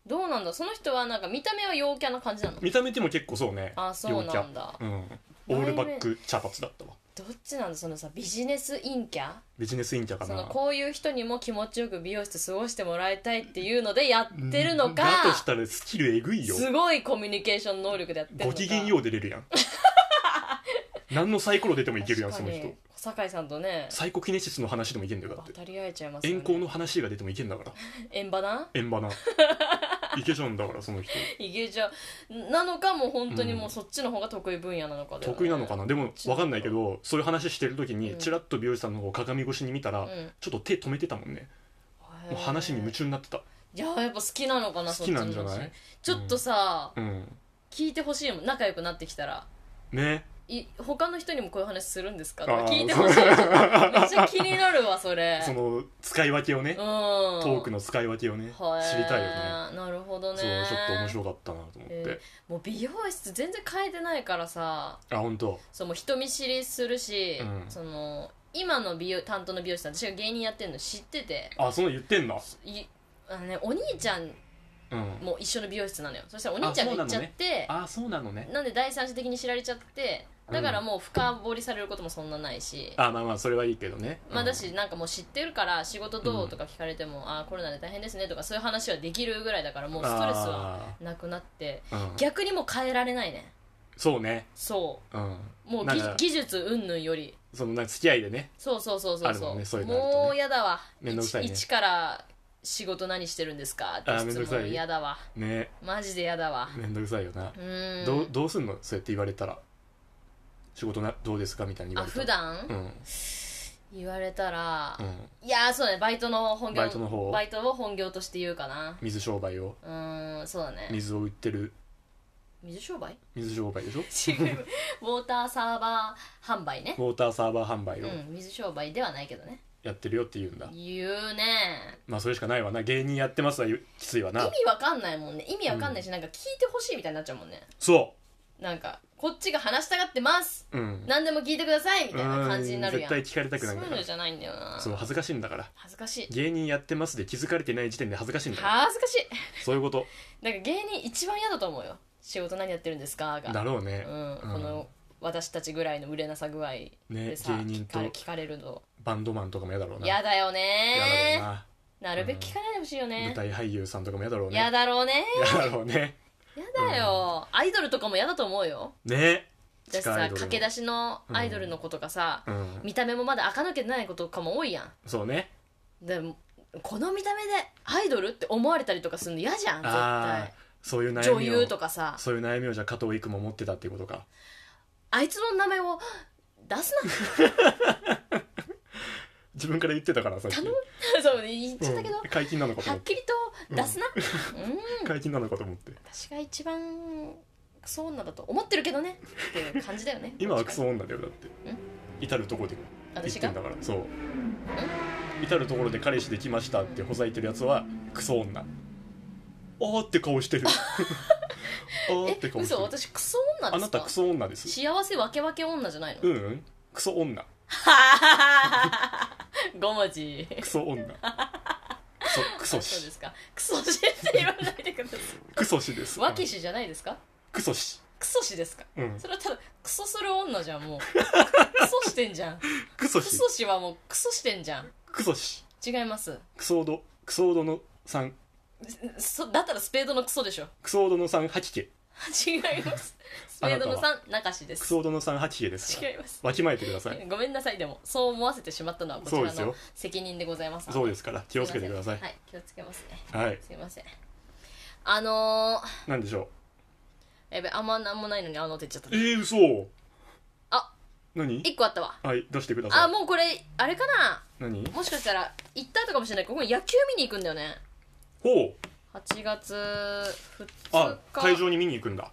Speaker 1: どうなんだその人はなんか見た目は陽キャな感じなの
Speaker 2: 見た目でも結構そうね
Speaker 1: あそう
Speaker 2: 陽
Speaker 1: な
Speaker 2: キャ
Speaker 1: んだ
Speaker 2: うんオールバック茶髪だったわ
Speaker 1: どっちなんだそのさビジネス陰キャ
Speaker 2: ビジネスインキャか
Speaker 1: そ
Speaker 2: な
Speaker 1: のこういう人にも気持ちよく美容室過ごしてもらいたいっていうのでやってるのか
Speaker 2: だとしたらスキルえぐいよ
Speaker 1: すごいコミュニケーション能力でやってるのか
Speaker 2: ご機嫌よう出れ るやん何のサイコロ出てもいけるやんそ
Speaker 1: 確
Speaker 2: の
Speaker 1: かに
Speaker 2: 人
Speaker 1: 小堺さんとね
Speaker 2: サイコキネシスの話でもいけんだよだっ
Speaker 1: 当
Speaker 2: て
Speaker 1: たり合えちゃいますよね
Speaker 2: 遠行の話が出てもいけん だから
Speaker 1: 円バな
Speaker 2: 円バないけちゃうんだからその人
Speaker 1: いけちゃうなのかもう本当にもうそっちの方が得意分野なのかだよね
Speaker 2: 得意なのかなでも
Speaker 1: ちょっと
Speaker 2: 分かんないけどそういう話してる時
Speaker 1: う
Speaker 2: に
Speaker 1: ん
Speaker 2: チラッと美容師さんの方を鏡越しに見たら、
Speaker 1: ん
Speaker 2: ちょっと手止めてたもんねもう話に夢中になってた
Speaker 1: いややっぱ好きなのかな
Speaker 2: 好きなんじゃな
Speaker 1: そ
Speaker 2: い
Speaker 1: っちの話ちょっとさ、
Speaker 2: うん
Speaker 1: 聞いてほしいもん仲良くなってきたら
Speaker 2: ね
Speaker 1: い他の人にもこういう話するんですかとか
Speaker 2: あー
Speaker 1: 聞いてほしいめっちゃ気になるわそれ
Speaker 2: その使い分けをね、
Speaker 1: うん
Speaker 2: トークの使い分けをね、
Speaker 1: はえ
Speaker 2: 知りたいよね
Speaker 1: なるほどね
Speaker 2: そうちょっと面白かったなと思って、
Speaker 1: えもう美容室全然変えてないからさ
Speaker 2: あ本当
Speaker 1: そうもう人見知りするし、
Speaker 2: うん
Speaker 1: その今の美容担当の美容師さん私が芸人やってるの知ってて
Speaker 2: あその言ってんの
Speaker 1: いあの、ね、お兄ちゃん
Speaker 2: うん
Speaker 1: も一緒の美容室なのよそしたらお兄ちゃんが行っちゃってな,、
Speaker 2: あそうなのね
Speaker 1: んで第三者的に知られちゃってだからもう深掘りされることもそんなないし、
Speaker 2: あまあまあそれはいいけどね
Speaker 1: まあ、だ
Speaker 2: うん
Speaker 1: しなんかもう知ってるから仕事どうとか聞かれても、ああコロナで大変ですねとかそういう話はできるぐらいだからもうストレスはなくなって
Speaker 2: あーうん
Speaker 1: 逆にもう変えられないね
Speaker 2: そうね
Speaker 1: そ
Speaker 2: うん
Speaker 1: うもう
Speaker 2: なん
Speaker 1: ぎ
Speaker 2: か
Speaker 1: 技術云々より
Speaker 2: そのなんか付き合いでね
Speaker 1: そうそうそうそう
Speaker 2: あるもんねそういうのあるとね
Speaker 1: もうやだわ
Speaker 2: めんどくさいね
Speaker 1: 一一から仕事何してるんですかって
Speaker 2: あーめん
Speaker 1: 質
Speaker 2: どくさい
Speaker 1: 問やだわ
Speaker 2: ね
Speaker 1: マジでやだわ
Speaker 2: めんどくさいよな
Speaker 1: う、ーん
Speaker 2: どうどうすんのそうやって言われたら仕事などうですかみたいに言
Speaker 1: あ
Speaker 2: われた
Speaker 1: 普
Speaker 2: ら
Speaker 1: 段、
Speaker 2: うん
Speaker 1: 言われたら、
Speaker 2: うん
Speaker 1: いやーそうだねバイトの本業
Speaker 2: バイトの方を
Speaker 1: バイトを本業として言うかな
Speaker 2: 水商売を
Speaker 1: うーんそうだね
Speaker 2: 水を売ってる
Speaker 1: 水商売
Speaker 2: 水商売でしょ
Speaker 1: 違うウォーターサーバー販売ね
Speaker 2: ウォーターサーバー販売
Speaker 1: う
Speaker 2: を
Speaker 1: ん水商売ではないけどね
Speaker 2: やってるよって言うんだ、
Speaker 1: 言うね
Speaker 2: まあそれしかないわな芸人やってますはきついわ
Speaker 1: 意
Speaker 2: な
Speaker 1: 味わかんないもんね意味わかんないし、なんか聞いてほしいみたいになっちゃうもんね
Speaker 2: そ
Speaker 1: なんかこっちが話したがってます
Speaker 2: ううん
Speaker 1: 何でも聞いてくださいみたいな感じになるやん
Speaker 2: うん絶対聞かれたく
Speaker 1: そ
Speaker 2: な
Speaker 1: う
Speaker 2: いん
Speaker 1: いう
Speaker 2: だか
Speaker 1: の
Speaker 2: ら
Speaker 1: じゃないんだよな
Speaker 2: そう恥ずかしいんだから
Speaker 1: 恥ずかしい
Speaker 2: 芸人やってますで気づかれてない時点で恥ずかしいんだから
Speaker 1: 恥ずかしい
Speaker 2: そういうこと
Speaker 1: なんか芸人一番嫌だと思うよ仕事何やってるんですかが
Speaker 2: だろうね、
Speaker 1: うん、
Speaker 2: うん
Speaker 1: この私たちぐらいの売れなさ具合でさ、
Speaker 2: ね芸人と
Speaker 1: 聞か聞かれるの
Speaker 2: バンドマンとかも嫌だろうな
Speaker 1: 嫌だよ
Speaker 2: 嫌だろう
Speaker 1: ね
Speaker 2: な、
Speaker 1: なるべく聞かないでほしいよね
Speaker 2: 舞台俳優さんとかも嫌だろうね
Speaker 1: 嫌だろうね
Speaker 2: 嫌だろうね
Speaker 1: 嫌だよ、アイドルとかも嫌だと思うよ
Speaker 2: ね
Speaker 1: 私
Speaker 2: 地下ア
Speaker 1: さ
Speaker 2: イドルの
Speaker 1: 駆け出しのアイドルの子とかさ、
Speaker 2: うん
Speaker 1: 見た目もまだ垢抜けてない子とかも多いや
Speaker 2: そうね
Speaker 1: んでもこの見た目でアイドルって思われたりとかするの嫌じゃん絶
Speaker 2: ああ
Speaker 1: 対
Speaker 2: そういう悩みを
Speaker 1: 女優とかさ
Speaker 2: そういう悩みをじゃあ加藤育も持ってたっていうことか
Speaker 1: あいつの名前を 出すな
Speaker 2: 自分から言ってたからさっき
Speaker 1: 頼むそう言っちゃったけど、
Speaker 2: うん解禁なのかと
Speaker 1: は
Speaker 2: 思っ
Speaker 1: ってきりと出すな、うん、
Speaker 2: 解禁なのかと思って
Speaker 1: 私が一番クソ女だと思ってるけどねっていう感じだよね
Speaker 2: 今はクソ女だよだって
Speaker 1: ん
Speaker 2: 至るとこで言っ
Speaker 1: 私
Speaker 2: て
Speaker 1: が
Speaker 2: んだからそう至るところで彼氏できましたってほざいてるやつはクソ女あーって 顔してるあーって
Speaker 1: え
Speaker 2: 顔して
Speaker 1: 嘘
Speaker 2: る
Speaker 1: 私クソ女
Speaker 2: あ
Speaker 1: で
Speaker 2: な
Speaker 1: すか
Speaker 2: たクソ女です
Speaker 1: 幸せわけわけ女じゃないの
Speaker 2: うんうんクソ女
Speaker 1: 5文字
Speaker 2: クソ女クソクソ
Speaker 1: そうで
Speaker 2: 氏
Speaker 1: すかクソ氏って言わないでくださ
Speaker 2: クソ氏です
Speaker 1: いわき氏じゃないですか
Speaker 2: クソ氏
Speaker 1: クソ氏ですか
Speaker 2: うん
Speaker 1: それはただクソする女じゃん もうクソしてんじゃんク
Speaker 2: クソ氏
Speaker 1: ソ氏はもうクソしてんじゃん
Speaker 2: クソ氏
Speaker 1: 違います
Speaker 2: クソードクソードの3
Speaker 1: そだったらスペードのクソでしょ
Speaker 2: クソードの3吐き気
Speaker 1: 違い ますスペードの3中氏で
Speaker 2: ク
Speaker 1: す
Speaker 2: ソードの3吐き気ですから
Speaker 1: 違います
Speaker 2: わきまえてください
Speaker 1: ごめんなさいでもそう思わせてしまったのはこち
Speaker 2: そう
Speaker 1: ら
Speaker 2: ですよ
Speaker 1: の責任でございます
Speaker 2: そう
Speaker 1: す
Speaker 2: ですから気をつけてください
Speaker 1: ませんはい気をつけますね
Speaker 2: はい
Speaker 1: すいませんあの
Speaker 2: なんでしょ
Speaker 1: ー、やべあんまなんもないのにあのって言っちゃっ
Speaker 2: うえ
Speaker 1: た
Speaker 2: ー、嘘
Speaker 1: あ
Speaker 2: 何
Speaker 1: 一個あったわ
Speaker 2: はい出してください
Speaker 1: あもうこれあれかな
Speaker 2: 何
Speaker 1: もしかしたら行った後かもしれないここに野球見に行くんだよね
Speaker 2: ほう
Speaker 1: 8月2
Speaker 2: あ
Speaker 1: 日
Speaker 2: 会場に見に行くんだ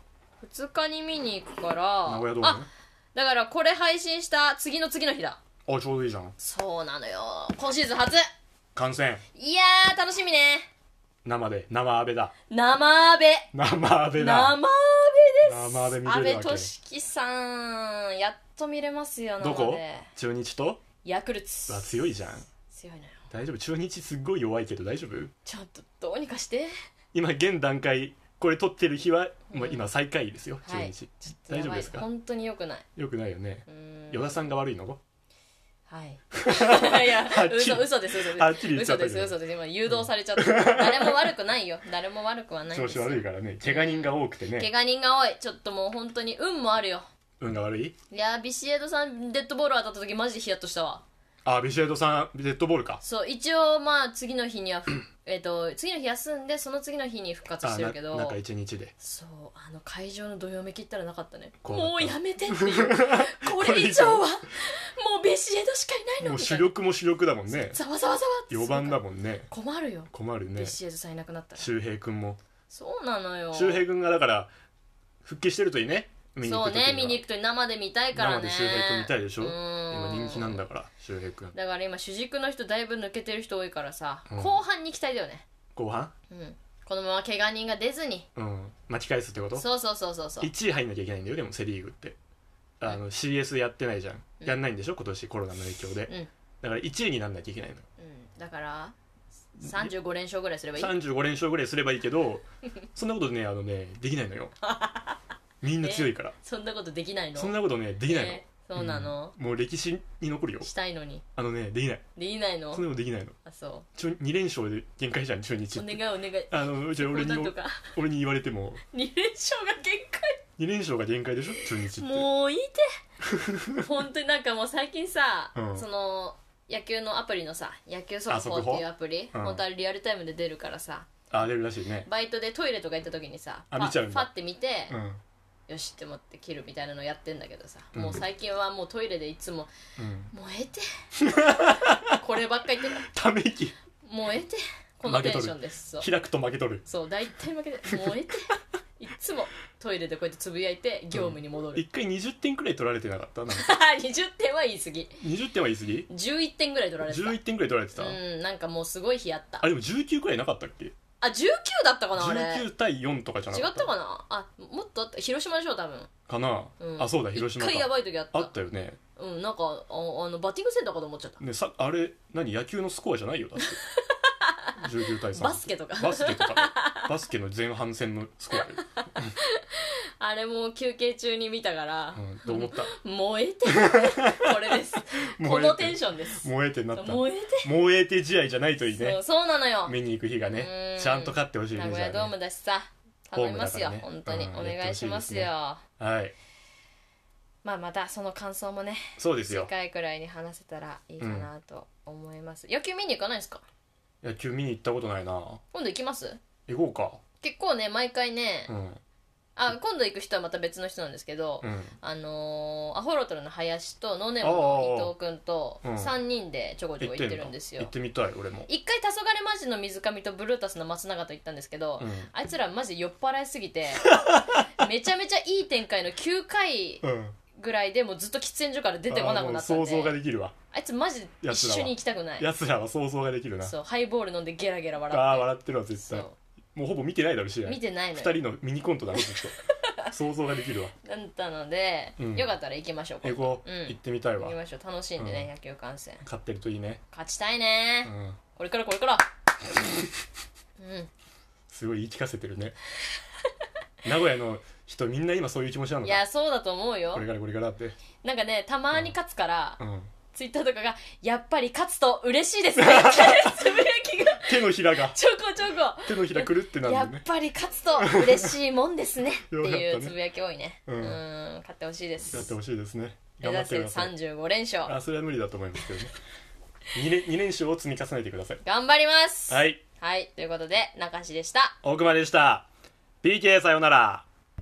Speaker 1: 2日に見に行くから
Speaker 2: 名古屋ドーム
Speaker 1: あだからこれ配信した次の次の日だ
Speaker 2: あちょうどいいじゃん
Speaker 1: そうなのよ今シーズン初
Speaker 2: 観戦
Speaker 1: いやー楽しみね
Speaker 2: 生で生阿部だ
Speaker 1: 生阿部
Speaker 2: 生阿部
Speaker 1: 生阿
Speaker 2: だ
Speaker 1: 部です
Speaker 2: 生阿部見
Speaker 1: 阿
Speaker 2: れ
Speaker 1: 部
Speaker 2: るわけ
Speaker 1: 俊樹さんやっと見れますよ
Speaker 2: ど
Speaker 1: 生
Speaker 2: こ
Speaker 1: で
Speaker 2: 中日と
Speaker 1: ヤクルト
Speaker 2: あ強いじゃん
Speaker 1: 強いのよ
Speaker 2: 大丈夫中日すっごい弱いけど大丈夫
Speaker 1: ちょっとどうにかして
Speaker 2: 今現段階これ撮ってる日は、まあ、今最下位ですよ中
Speaker 1: はい
Speaker 2: 日、
Speaker 1: ちょっとやばい
Speaker 2: 大丈夫ですか
Speaker 1: 本当によくない
Speaker 2: よくないよね
Speaker 1: うーん
Speaker 2: 与田さんが悪いの
Speaker 1: はいいや
Speaker 2: はっきり
Speaker 1: 嘘嘘です嘘です
Speaker 2: はっきり言っち
Speaker 1: 嘘
Speaker 2: ゃった
Speaker 1: で
Speaker 2: け
Speaker 1: す
Speaker 2: ど
Speaker 1: 嘘です今誘導されちゃった誰も悪くないよ誰も悪くはないん
Speaker 2: 調
Speaker 1: です
Speaker 2: 子
Speaker 1: よ
Speaker 2: 悪いからね怪我人が多くてね
Speaker 1: 怪我人が多いちょっともう本当に運もあるよ
Speaker 2: 運が悪い
Speaker 1: いやービシエドさんデッドボール当たった時マジでヒヤッとしたわ
Speaker 2: あビシエドさんデッドボールか
Speaker 1: そう一応まあ次の日には ふえっと次の日休んでその次の日に復活
Speaker 2: あ
Speaker 1: して
Speaker 2: な
Speaker 1: るけど
Speaker 2: 中1日で
Speaker 1: そうあの会場のどよめきったらなかったね
Speaker 2: 怖かった
Speaker 1: もうやめてっていう これ以上はもうビシエドしかいない
Speaker 2: も
Speaker 1: のみ
Speaker 2: う
Speaker 1: た
Speaker 2: 主
Speaker 1: いな
Speaker 2: 力も主力だもんね
Speaker 1: ざわざわざわって
Speaker 2: 4番だもんね
Speaker 1: 困るよ
Speaker 2: 困るね
Speaker 1: ビシエドさんいなくなったら
Speaker 2: 周平君も
Speaker 1: そうなのよ
Speaker 2: 周平君がだから復帰してるといいね見に行
Speaker 1: そう
Speaker 2: く時には
Speaker 1: ね見に行くと生で見たいからね
Speaker 2: 生で周平君見たいでしょ
Speaker 1: うん
Speaker 2: 今人気なんだから周平君
Speaker 1: だから今主軸の人だいぶ抜けてる人多いからさ、
Speaker 2: うん
Speaker 1: 後半に期待だよね
Speaker 2: 後半
Speaker 1: うんこのまま怪我人が出ずに
Speaker 2: うん巻き返すってこと
Speaker 1: そうそうそうそうそう
Speaker 2: 1位入んなきゃいけないんだよでもセ・リーグってあの CS やってないじゃんやんないんでしょ今年コロナの影響で、
Speaker 1: うん
Speaker 2: だから1位になんなきゃいけないのよ
Speaker 1: うんだから35連勝ぐらいすればいい
Speaker 2: 35連勝ぐらいすればいいけどそんなことねあのねできない のよみんな強いから、
Speaker 1: そんなことできないの
Speaker 2: そんなことねできないの、
Speaker 1: えーそうなの、
Speaker 2: うんもう歴史に残るよ
Speaker 1: したいのに
Speaker 2: あのねできない
Speaker 1: できないの
Speaker 2: そんなことできないの
Speaker 1: あそ
Speaker 2: 中2連勝で限界じゃん中
Speaker 1: う
Speaker 2: 日
Speaker 1: お
Speaker 2: っ
Speaker 1: 願い
Speaker 2: て
Speaker 1: お願い
Speaker 2: あのじゃあ俺に
Speaker 1: なんとか
Speaker 2: 俺に言われても
Speaker 1: 2連勝が限界
Speaker 2: 2連勝が限界でしょ中日って
Speaker 1: もういいて 本当になんかもう最近さ、
Speaker 2: うん
Speaker 1: その野球のアプリのさ野球速報
Speaker 2: あ速報
Speaker 1: っていうアプリ、
Speaker 2: うん
Speaker 1: 本当あれリアルタイムで出るからさ
Speaker 2: あ出るらしいね
Speaker 1: バイトでトイレとか行った時にさ
Speaker 2: あ
Speaker 1: パ
Speaker 2: 見ちゃうん
Speaker 1: フ
Speaker 2: だ
Speaker 1: ァって見て、
Speaker 2: うん
Speaker 1: よしって思って切るみたいなのやってんだけどさ、
Speaker 2: うん
Speaker 1: もう最近はもうトイレでいつも
Speaker 2: うん
Speaker 1: 「燃え て」こればっかり言ってる
Speaker 2: ため息
Speaker 1: 「燃えて」このテンションですそう
Speaker 2: 開くと負けとる
Speaker 1: そう大体負けて「燃えて」いつもトイレでこうやってつぶやいて業務に戻る、
Speaker 2: 一回20点くらい取られてなかったなんか
Speaker 1: 20点は言い過ぎ
Speaker 2: 20点は言い過ぎ
Speaker 1: 11点ぐらい取られてた
Speaker 2: ?11 点くらい取られてた、
Speaker 1: うんなんかもうすごい日あった
Speaker 2: あでも19くらいなかったっけ
Speaker 1: あ19だったかなあれ違っ
Speaker 2: 19対4とかじゃなかった
Speaker 1: たかなあもっとあった広島でしょ多分、
Speaker 2: かな、
Speaker 1: うん、
Speaker 2: あそうだ広島
Speaker 1: 一回や
Speaker 2: か
Speaker 1: ばい時あった
Speaker 2: あったよね
Speaker 1: うんなんかああのバッティングセンターかと思っちゃった
Speaker 2: ねさあれ何野球のスコアじゃないよだ って19対3
Speaker 1: バスケとか
Speaker 2: バスケとかバスケの前半戦のスコアよ、
Speaker 1: あれも休憩中に見たから
Speaker 2: う、ん、と思った
Speaker 1: 燃え てこれですこ
Speaker 2: 燃えて
Speaker 1: のテンションです
Speaker 2: 燃えてなった
Speaker 1: 燃えて
Speaker 2: 燃えて試合じゃないといい
Speaker 1: そ
Speaker 2: ね
Speaker 1: うそうなのよ
Speaker 2: 見に行く日が
Speaker 1: う
Speaker 2: ね
Speaker 1: ん
Speaker 2: ちゃんと勝ってほしい
Speaker 1: 名
Speaker 2: ね
Speaker 1: 古
Speaker 2: じゃ
Speaker 1: 屋
Speaker 2: あ
Speaker 1: ドー
Speaker 2: ね
Speaker 1: ムだしさ頼みますよ、
Speaker 2: ホームだからね
Speaker 1: 本当に、
Speaker 2: うん
Speaker 1: お願いしますよ
Speaker 2: やはい
Speaker 1: まあまたその感想もね
Speaker 2: そうです
Speaker 1: 次
Speaker 2: よ
Speaker 1: 回くらいに話せたらいいかなと思います、野球見に行かないんですか
Speaker 2: 野球見に行ったことないな
Speaker 1: 今度行きます
Speaker 2: 行こうか
Speaker 1: 結構ね毎回ね、
Speaker 2: うん
Speaker 1: あ今度行く人はまた別の人なんですけど、
Speaker 2: うん
Speaker 1: あのーアホロトルの林とノーネームの伊藤君と
Speaker 2: ああああうん
Speaker 1: 3人でちょこちょ
Speaker 2: 行
Speaker 1: こ
Speaker 2: っ
Speaker 1: 行
Speaker 2: て
Speaker 1: って
Speaker 2: ん
Speaker 1: る
Speaker 2: の
Speaker 1: んです
Speaker 2: 行
Speaker 1: よ
Speaker 2: ってみたい俺も
Speaker 1: 一回黄昏マジの水上とブルータスの松永と行ったんですけど、
Speaker 2: うん
Speaker 1: あいつらマジ酔っ払いすぎ てめちゃめちゃいい展開の9回
Speaker 2: うん
Speaker 1: ぐらいでもうずっと喫煙所から出てこなくなったん
Speaker 2: あーもう想像が
Speaker 1: で
Speaker 2: できるわ
Speaker 1: あいつマジで一緒に行きたくない
Speaker 2: 奴らは想像ができるな
Speaker 1: そうハイボール飲んでゲラゲラ笑って
Speaker 2: ああ笑ってるわ絶対
Speaker 1: そ
Speaker 2: もうほぼ見てないだろう試
Speaker 1: う
Speaker 2: 合
Speaker 1: 見てないの
Speaker 2: 2
Speaker 1: よ
Speaker 2: 人のミニコントだろずっ と想像ができるわ
Speaker 1: なんたので、
Speaker 2: うん
Speaker 1: よかったら行きましょう
Speaker 2: 英語
Speaker 1: うん
Speaker 2: 行ってみたい
Speaker 1: 行
Speaker 2: わ
Speaker 1: きましょう楽しんでね、
Speaker 2: うん
Speaker 1: 野球観戦
Speaker 2: 勝ってるといいね
Speaker 1: 勝ちたいね、
Speaker 2: うん
Speaker 1: これからこれからうん
Speaker 2: すごい言い聞かせてるね名古屋の人みんな今そういう気持ちなの
Speaker 1: い
Speaker 2: か
Speaker 1: やそうだと思うよ
Speaker 2: これからこれからって
Speaker 1: なんかねたまに勝つから、
Speaker 2: うん
Speaker 1: ツイッターとかが「やっぱり勝つと嬉 しいですね」ってつぶやきが
Speaker 2: 手のひらが
Speaker 1: ちょこちょこ
Speaker 2: 手のひらくるってなる
Speaker 1: や
Speaker 2: よ
Speaker 1: っ
Speaker 2: ね
Speaker 1: ぱり勝つと嬉しいもんですねってい
Speaker 2: よか
Speaker 1: う
Speaker 2: ったね
Speaker 1: つぶやき多いねう
Speaker 2: うんん
Speaker 1: 勝ってほしいです
Speaker 2: やってほしいですね
Speaker 1: 目
Speaker 2: 頑
Speaker 1: 指
Speaker 2: 張って
Speaker 1: せ
Speaker 2: ください
Speaker 1: 35連勝
Speaker 2: あそれは無理だと思いますけどね 2, 連2連勝を積み重ねてください
Speaker 1: 頑張ります
Speaker 2: はい
Speaker 1: はい、ということで中志でした
Speaker 2: 大熊でした PK さようなら